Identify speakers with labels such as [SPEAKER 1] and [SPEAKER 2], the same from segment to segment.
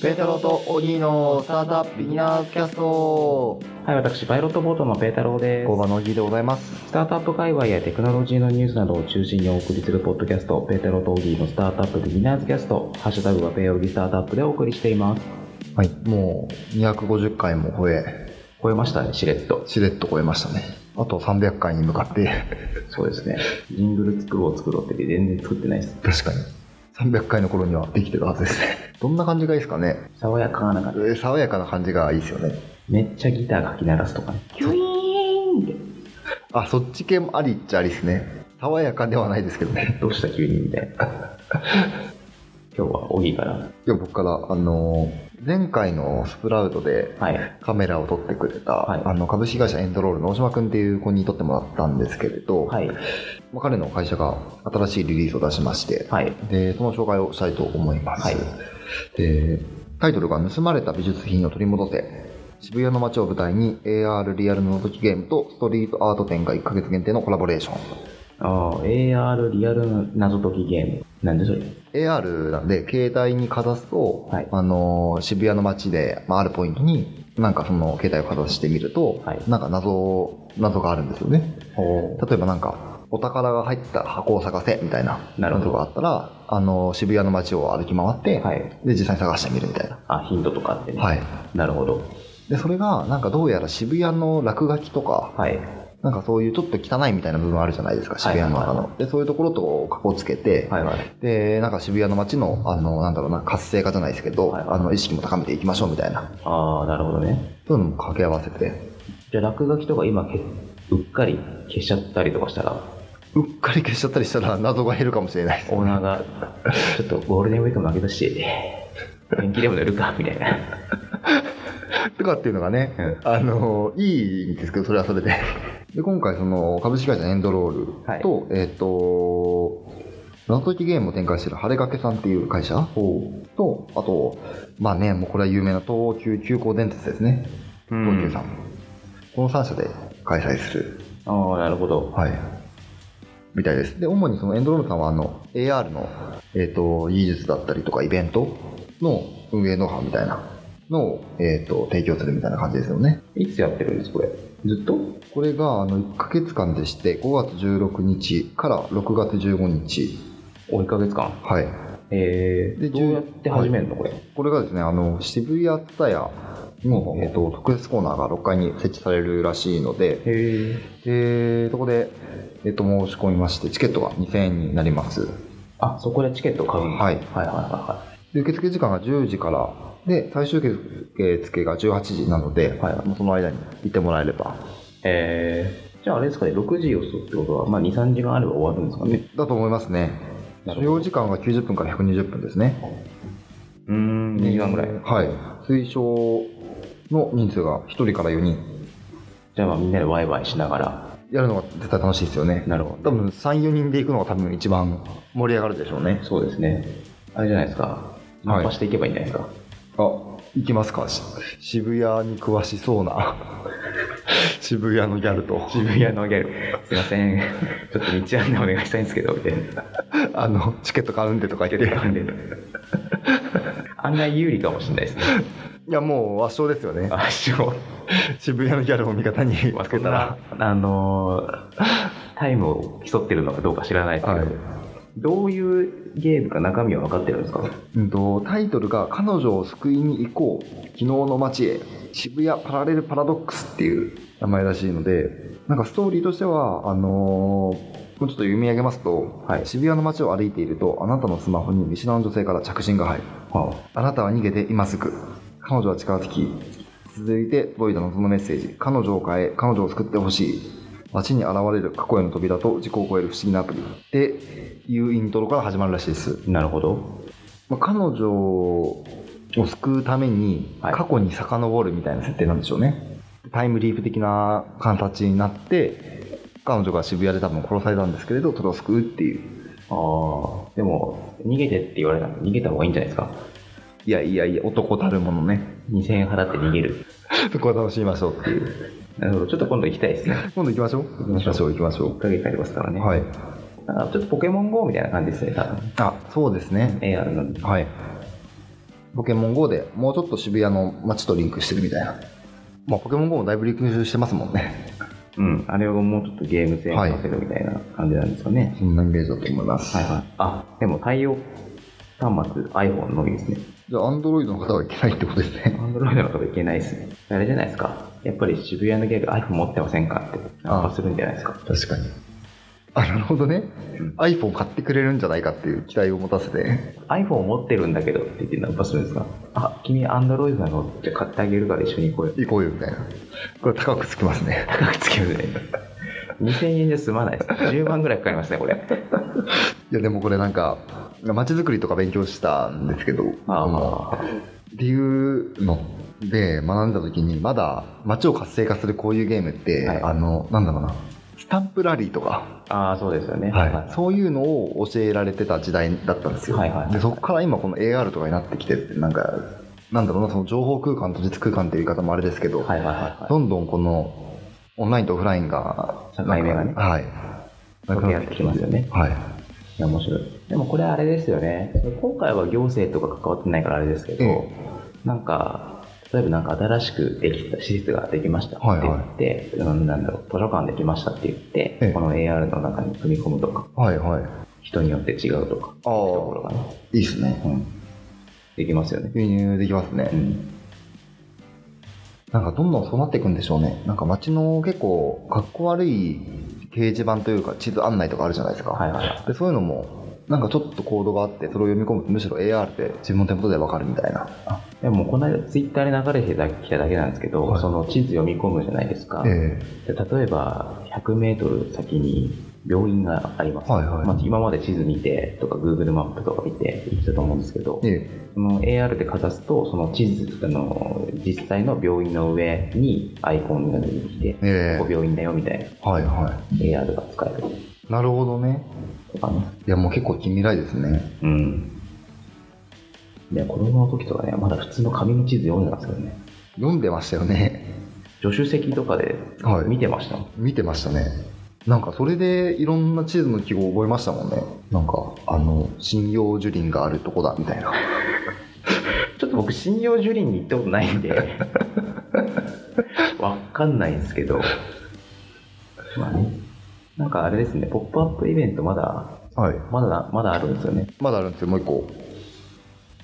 [SPEAKER 1] ペテロとオギーのスタートアップビギナーズキャスト
[SPEAKER 2] はい、私、パイロットボートのペータローです
[SPEAKER 1] 工。場のオギーでございます
[SPEAKER 2] スタートアップ界隈やテクノロジーのニュースなどを中心にお送りするポッドキャスト、ペータローとオギーのスタートアップビギナーズキャスト、ハッシュタグはペーオギスタートアップでお送りしています。
[SPEAKER 1] はいもう250回も超え
[SPEAKER 2] 超えましたね、しれっと。
[SPEAKER 1] しれっと超えましたねあと300回に向かって
[SPEAKER 2] そうですね。ジングル作ろう作ろうって言って全然作ってないです。
[SPEAKER 1] 確かに300回の頃にはできてるはずですねどんな感じがいいですかね
[SPEAKER 2] 爽やかな感じ。
[SPEAKER 1] えー爽やかな感じがいいですよね
[SPEAKER 2] めっちゃギターかき鳴らすとかね。キュイーンって。
[SPEAKER 1] あそっち系もありっちゃありですね爽やかではないですけどね
[SPEAKER 2] どうした急にみたいな。今日はオギーから。
[SPEAKER 1] 今日僕からあのー前回のスプラウトで
[SPEAKER 2] はい。
[SPEAKER 1] カメラを撮ってくれた、
[SPEAKER 2] はい
[SPEAKER 1] あの株式会社エンドロールの大島君っていう子に撮ってもらったんですけれど、
[SPEAKER 2] はい。
[SPEAKER 1] まあ彼の会社が新しいリリースを出しまして、
[SPEAKER 2] はい。
[SPEAKER 1] でその紹介をしたいと思います、
[SPEAKER 2] はい
[SPEAKER 1] でタイトルが「盗まれた美術品を取り戻せ」渋谷の街を舞台に AR リアルの覗きゲームとストリートアート展が1ヶ月限定のコラボレーション
[SPEAKER 2] ああ、AR リアル謎解きゲーム。なんでそれ
[SPEAKER 1] AR なんで携帯にかざすと、
[SPEAKER 2] はい
[SPEAKER 1] あのー渋谷の街で、まあ、あるポイントになんかその携帯をかざしてみると、
[SPEAKER 2] はい
[SPEAKER 1] なんか謎謎があるんですよね
[SPEAKER 2] ほ
[SPEAKER 1] 例えばなんかお宝が入った箱を探せみたいな
[SPEAKER 2] なるほど
[SPEAKER 1] のがあったらあの渋谷の街を歩き回って、
[SPEAKER 2] はい。
[SPEAKER 1] で実際に探してみるみたいな、
[SPEAKER 2] あ、ヒントとかあってね。
[SPEAKER 1] はい、
[SPEAKER 2] なるほど。
[SPEAKER 1] でそれがなんかどうやら渋谷の落書きとか
[SPEAKER 2] はい。
[SPEAKER 1] なんかそういうちょっと汚いみたいな部分あるじゃないですか渋谷の中の、
[SPEAKER 2] はいは
[SPEAKER 1] でそういうところとかこつけて、
[SPEAKER 2] はいはい。
[SPEAKER 1] でなんか渋谷の街のあのなんだろうな活性化じゃないですけど、
[SPEAKER 2] はい
[SPEAKER 1] あの意識も高めていきましょうみたいな
[SPEAKER 2] ああ、なるほどね。
[SPEAKER 1] そういうのも掛け合わせて
[SPEAKER 2] じゃあ落書きとか今け、うっかり消しちゃったりとかしたら、
[SPEAKER 1] うっかり消しちゃったりしたら謎が減るかもしれないです
[SPEAKER 2] オーナーが、 ちょっとゴールデンウィークも負けたし、天気でも乗るか、みたいな。
[SPEAKER 1] とかっていうのがね、
[SPEAKER 2] うん
[SPEAKER 1] あのいいんですけど、それはそれ で。で、今回、その、株式会社エンドロールと、えっ、と、謎解きゲームを展開している晴れかけさんっていう会社と、あと、まあね、もうこれは有名な東急急行電鉄ですね。
[SPEAKER 2] う
[SPEAKER 1] 東急さん。この3社で開催する。
[SPEAKER 2] ああ、なるほど。
[SPEAKER 1] はい。みたいです。で、主にそのエンドロールさんは、あの、AR の、えっ、と、技術だったりとか、イベントの運営ノウハウみたいなのを、えっ、と、提供するみたいな感じですよね。
[SPEAKER 2] いつやってるんです、これ。ずっと
[SPEAKER 1] これがあの1ヶ月間でして5月16日から6月15日
[SPEAKER 2] お、1ヶ月間。
[SPEAKER 1] はい
[SPEAKER 2] えー、
[SPEAKER 1] で
[SPEAKER 2] どうやって始めるの、これ。
[SPEAKER 1] これがですねあの渋谷ツタヤの、えー、と特設コーナーが6階に設置されるらしいので
[SPEAKER 2] へえ。
[SPEAKER 1] でそこで、えー、と申し込みましてチケットが2000円になります
[SPEAKER 2] あ、そこでチケット買うんだ
[SPEAKER 1] はい
[SPEAKER 2] はいはいは
[SPEAKER 1] で受付時間が10時からで最終受付が18時なので、
[SPEAKER 2] はい
[SPEAKER 1] もうその間にいてもらえれば
[SPEAKER 2] い。えー、じゃああれですかね、6時予想ってことは、まあ2、3時間あれば終わるんですかね。
[SPEAKER 1] だと思いますね
[SPEAKER 2] な
[SPEAKER 1] 所
[SPEAKER 2] るほ
[SPEAKER 1] 要時間が90分から120分ですね
[SPEAKER 2] うーん、2時間ぐらい。
[SPEAKER 1] はい推奨の人数が1人から4人
[SPEAKER 2] じゃあまあみんなでワイワイしながら。
[SPEAKER 1] やるのが絶対楽しいですよね
[SPEAKER 2] なるほ
[SPEAKER 1] 多。分34人で行くのが多分一番盛り上がるでしょうね
[SPEAKER 2] そうですね。あれじゃないですか。ナンパしていけばいいんじゃないです か。
[SPEAKER 1] あ行きますかし渋谷に詳しそうな 渋谷のギャルと
[SPEAKER 2] 渋谷のギャル、すいませ ん。ちょっと道案内お願いしたいんですけど、みたい な。
[SPEAKER 1] あのチケット買うんでとか言って
[SPEAKER 2] 案外有利かもしれないですね。
[SPEAKER 1] いやもう圧勝ですよね
[SPEAKER 2] あ、しょ
[SPEAKER 1] 渋谷のギャルを味方に
[SPEAKER 2] う。まあ
[SPEAKER 1] つ
[SPEAKER 2] そ
[SPEAKER 1] け
[SPEAKER 2] ん
[SPEAKER 1] たら
[SPEAKER 2] な、あのータイムを競ってるのかどうか知らないですけど、
[SPEAKER 1] はい
[SPEAKER 2] どういうゲームか中身は分かってるんですか
[SPEAKER 1] うんとタイトルが「彼女を救いに行こう昨日の街へ渋谷パラレルパラドックス」っていう名前らしいのでなんかストーリーとしてはあのーもうちょっと読み上げますと、
[SPEAKER 2] はい
[SPEAKER 1] 渋谷の街を歩いているとあなたのスマホに見知らぬ女性から着信が入るあなたは逃げて今すぐ彼女は力尽き続いて届いた謎のメッセージ彼女を変え彼女を救ってほしい街に現れる過去への扉と時刻を超える不思議なアプリっていうイントロから始まるらしいです
[SPEAKER 2] なるほど。
[SPEAKER 1] まあ、彼女を救うために
[SPEAKER 2] はい
[SPEAKER 1] 過去に遡るみたいな設定なんでしょうね、タイムリープ的な形になって彼女が渋谷で多分殺されたんですけれどそれを救うっていう
[SPEAKER 2] ああ、でも、逃げてって言われたら逃げた方がいいんじゃないですか
[SPEAKER 1] いやいやいや男たるものね
[SPEAKER 2] ?2000 円払って逃げる。
[SPEAKER 1] そこは楽しみましょうっていう
[SPEAKER 2] なるほど、ちょっと今度行きたいですね。
[SPEAKER 1] 今度行きましょう行きましょう行きましょ
[SPEAKER 2] 1ヶ月ありますから
[SPEAKER 1] う
[SPEAKER 2] ね。
[SPEAKER 1] はい
[SPEAKER 2] なんかちょっとポケモン GO みたいな感じですね、多分。
[SPEAKER 1] あそうですね
[SPEAKER 2] AR なんで。
[SPEAKER 1] はいポケモン GO でもうちょっと渋谷の街とリンクしてるみたいな。まあ、ポケモン GO もだいぶリンクしてますもんね。
[SPEAKER 2] うん、あれをもうちょっとゲーム性にさせるみたいな感じなんですかね。
[SPEAKER 1] そんなイメージだと思います。
[SPEAKER 2] はいはい。あ、でも対応端末、iPhone のみですね。
[SPEAKER 1] じゃあ、アンドロイドの方はいけないってことですね。
[SPEAKER 2] アンドロイドのとこいけないですね。あれじゃないですか。やっぱり渋谷のギャグ iPhone 持ってませんかって、ナンパするんじゃないですか。
[SPEAKER 1] 確かに。あ、なるほどね
[SPEAKER 2] うん。
[SPEAKER 1] iPhone 買ってくれるんじゃないかっていう期待を持たせて。
[SPEAKER 2] iPhone 持ってるんだけどって言ってナンパするんですか。あ、君アンドロイドなのじゃあ買ってあげるから一緒に行こうよ。
[SPEAKER 1] 行こうよみたいな。これ高くつきますね。
[SPEAKER 2] 高くつけるね。2000円じゃ済まないです。10万ぐらいかかりますね、これ。
[SPEAKER 1] いや、でもこれなんか、街づくりとか勉強したんですけど、
[SPEAKER 2] あ
[SPEAKER 1] この
[SPEAKER 2] あ、
[SPEAKER 1] っていうので学んだ時にまだ街を活性化するこういうゲームって、
[SPEAKER 2] はい
[SPEAKER 1] あのなんだろうなスタンプラリーとか、
[SPEAKER 2] ああ、そうですよね。
[SPEAKER 1] そういうのを教えられてた時代だったんですよ、
[SPEAKER 2] はいはいはい
[SPEAKER 1] でそこから今この AR とかになってきてってなんかなんだろうなその情報空間と実空間っていう言い方もあれですけど、
[SPEAKER 2] はいはいはい
[SPEAKER 1] どんどんこのオンラインとオフラインが
[SPEAKER 2] 境目がね
[SPEAKER 1] なんかはいな
[SPEAKER 2] 溶け合ってきますよね
[SPEAKER 1] はい
[SPEAKER 2] いや、面白い。でもこれあれですよね。今回は行政とか関わってないからあれですけど、
[SPEAKER 1] え
[SPEAKER 2] なんか、例えばなんか新しくできた施設ができましたって
[SPEAKER 1] はい
[SPEAKER 2] 言
[SPEAKER 1] は
[SPEAKER 2] って、うんなんだろう、図書館できましたって言って、
[SPEAKER 1] ええ
[SPEAKER 2] この AR の中に組み込むとか、
[SPEAKER 1] はいはい
[SPEAKER 2] 人によって違うとか、
[SPEAKER 1] ああ
[SPEAKER 2] そういうところがね、
[SPEAKER 1] いいですね
[SPEAKER 2] うん、できますよね。
[SPEAKER 1] 輸入できますね、
[SPEAKER 2] うん。
[SPEAKER 1] なんかどんどんそうなっていくんでしょうね。なんか街の結構、かっこ悪い掲示板というか、地図案内とかあるじゃないですか。
[SPEAKER 2] はいはい。
[SPEAKER 1] でそういうのも、なんかちょっとコードがあって、それを読み込むと、むしろ AR で自分の手元でわかるみたいな。
[SPEAKER 2] あでもこの間ツイッターで流れてきただけなんですけど、
[SPEAKER 1] はい
[SPEAKER 2] その地図読み込むじゃないですか。
[SPEAKER 1] え
[SPEAKER 2] で例えば100メートル先に病院があります、
[SPEAKER 1] はいはい
[SPEAKER 2] まあ、今まで地図見てとか Google マップとか見て行ってたと思うんですけど、
[SPEAKER 1] ええ
[SPEAKER 2] その AR でかざすとその地図あの実際の病院の上にアイコンが出てきて、
[SPEAKER 1] ええ
[SPEAKER 2] ここ病院だよみたいな
[SPEAKER 1] はいは
[SPEAKER 2] AR が使える
[SPEAKER 1] い。なるほどね。
[SPEAKER 2] とかね
[SPEAKER 1] いや、もう結構近未来ですね。
[SPEAKER 2] うんで子供の時とかねまだ普通の紙の地図読んでたんですけどね
[SPEAKER 1] 読んでましたよね。
[SPEAKER 2] 助手席とかで
[SPEAKER 1] はい
[SPEAKER 2] 見てましたもん、
[SPEAKER 1] 見てましたね。なんかそれでいろんな地図の記号を覚えましたもんね。なんか、あの、針葉樹林があるとこだみたいな。
[SPEAKER 2] ちょっと僕、信用樹林に行ったことないんで、 わかんないんですけど、まあね、なんかあれですね、ポップアップイベントまだ、
[SPEAKER 1] はい。
[SPEAKER 2] まだ、まだあるんですよね。
[SPEAKER 1] まだあるんですよ、もう一個。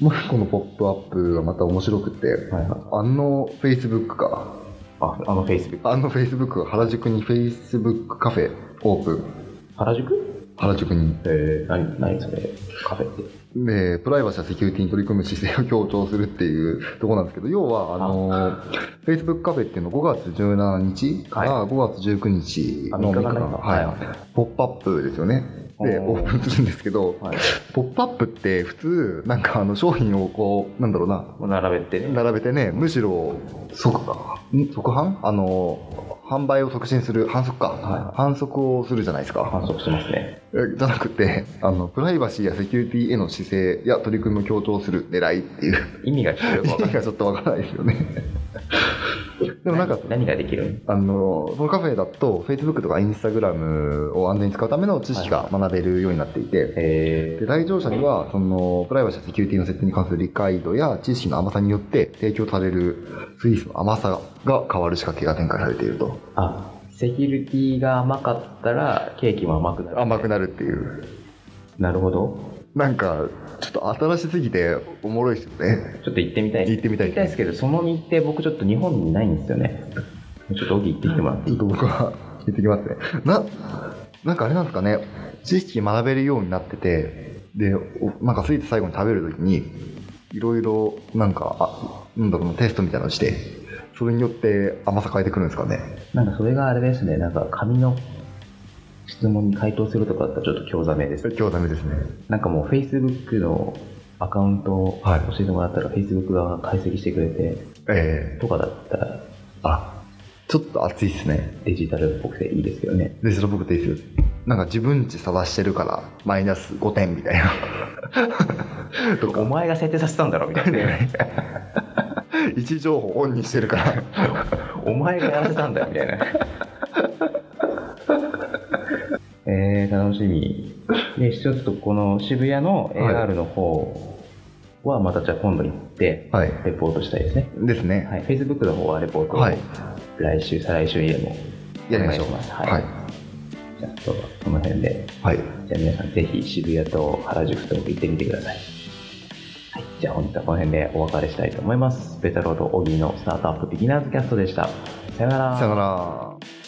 [SPEAKER 1] もう一個のポップアップがまた面白くて、
[SPEAKER 2] はいはい。
[SPEAKER 1] あの Facebook が、
[SPEAKER 2] あ、あの Facebook。
[SPEAKER 1] あの Facebook が原宿に Facebook カフェオープン、
[SPEAKER 2] 原宿
[SPEAKER 1] 原宿に。
[SPEAKER 2] えー、何、何それ、カフェって。
[SPEAKER 1] で、プライバシーやセキュリティに取り組む姿勢を強調するっていうところなんですけど、要は、あの、Facebook カフェっていうの5月17日から5月19日
[SPEAKER 2] あ、
[SPEAKER 1] の
[SPEAKER 2] 3日
[SPEAKER 1] 3
[SPEAKER 2] 間
[SPEAKER 1] 日間、
[SPEAKER 2] ね。
[SPEAKER 1] はい、ポップアップですよね。で、
[SPEAKER 2] お
[SPEAKER 1] オ
[SPEAKER 2] ー
[SPEAKER 1] ープンするんですけど、
[SPEAKER 2] はい。
[SPEAKER 1] ポップアップって普通、なんかあの商品をこう、なんだろうな、
[SPEAKER 2] もう並べてね。
[SPEAKER 1] 並べてね、むしろ即ん即販あの販売を促進する反則か、
[SPEAKER 2] は
[SPEAKER 1] 反則をするじゃないですか、
[SPEAKER 2] 反則してますね。
[SPEAKER 1] えじゃなくてあのプライバシーやセキュリティへの姿勢や取り組みを強調する狙いっていう
[SPEAKER 2] 意味がちょっとよく
[SPEAKER 1] 意
[SPEAKER 2] わ
[SPEAKER 1] 味
[SPEAKER 2] かんない。
[SPEAKER 1] がちょっとわからないですよねでもなんか
[SPEAKER 2] 何ができる
[SPEAKER 1] あのそのカフェだと Facebook とか Instagram を安全に使うための知識が学べるようになっていて、
[SPEAKER 2] え
[SPEAKER 1] で来場者にはそのプライバシーやセキュリティの設定に関する理解度や知識の甘さによって提供されるスイーツの甘さが変わる仕掛けが展開されていると
[SPEAKER 2] ー、あ、セキュリティが甘かったら、ケーキも甘くなる。
[SPEAKER 1] 甘くなるっていう
[SPEAKER 2] なるほど。
[SPEAKER 1] なんかちょっと新しすぎておもろいですよね
[SPEAKER 2] ちょっと行ってみたいです
[SPEAKER 1] 行ってみたい
[SPEAKER 2] 行きたいですけど、その日程、僕ちょっと日本にないんですよね。ちょっと荻行ってきてもらっ
[SPEAKER 1] ち
[SPEAKER 2] てい
[SPEAKER 1] ょ
[SPEAKER 2] い
[SPEAKER 1] っと僕は言ってきますねななんかあれなんですかね知識学べるようになっててでおなんかスイーツ最後に食べるときにいろいろなんかあなんだろうなテストみたいなのしてそれによって甘さ変えてくるんですかね
[SPEAKER 2] なんかそれがあれですね、なんか紙の質問に回答するとかだったらちょっと興ざめです。
[SPEAKER 1] 今日はダメですね
[SPEAKER 2] なんかもう Facebook のアカウントを
[SPEAKER 1] はい
[SPEAKER 2] 教えてもらったら、Facebook 側が解析してくれて
[SPEAKER 1] ええ
[SPEAKER 2] とかだったら
[SPEAKER 1] あちょっと熱いですね
[SPEAKER 2] デジタルっぽくていいですけどね。
[SPEAKER 1] デジタル僕でいいですよなんか自分値探してるからマイナス5点みたいな と
[SPEAKER 2] お
[SPEAKER 1] か
[SPEAKER 2] 前が設定させたんだろみたいな。
[SPEAKER 1] 位置情報オンにしてるから
[SPEAKER 2] お前がやらせたんだよみたい な。えー、楽しみ。で、一応ちょっとこの渋谷の
[SPEAKER 1] はい
[SPEAKER 2] AR の方はまたじゃあ今度行って、
[SPEAKER 1] はい。
[SPEAKER 2] レポートしたいですね。
[SPEAKER 1] ですね。
[SPEAKER 2] はい、Facebook の方はレポートを
[SPEAKER 1] はい
[SPEAKER 2] 来週、再来週にでも
[SPEAKER 1] やりましょう
[SPEAKER 2] お願いしますはい
[SPEAKER 1] はい。
[SPEAKER 2] じゃあ今日はこの辺で、
[SPEAKER 1] はい。
[SPEAKER 2] じゃあ皆さんぜひ渋谷と原宿と行ってみてください。はい、じゃあ本日はこの辺でお別れしたいと思います。ベタロードオギーのスタートアップビギナーズキャストでした。さよなら
[SPEAKER 1] さよなら。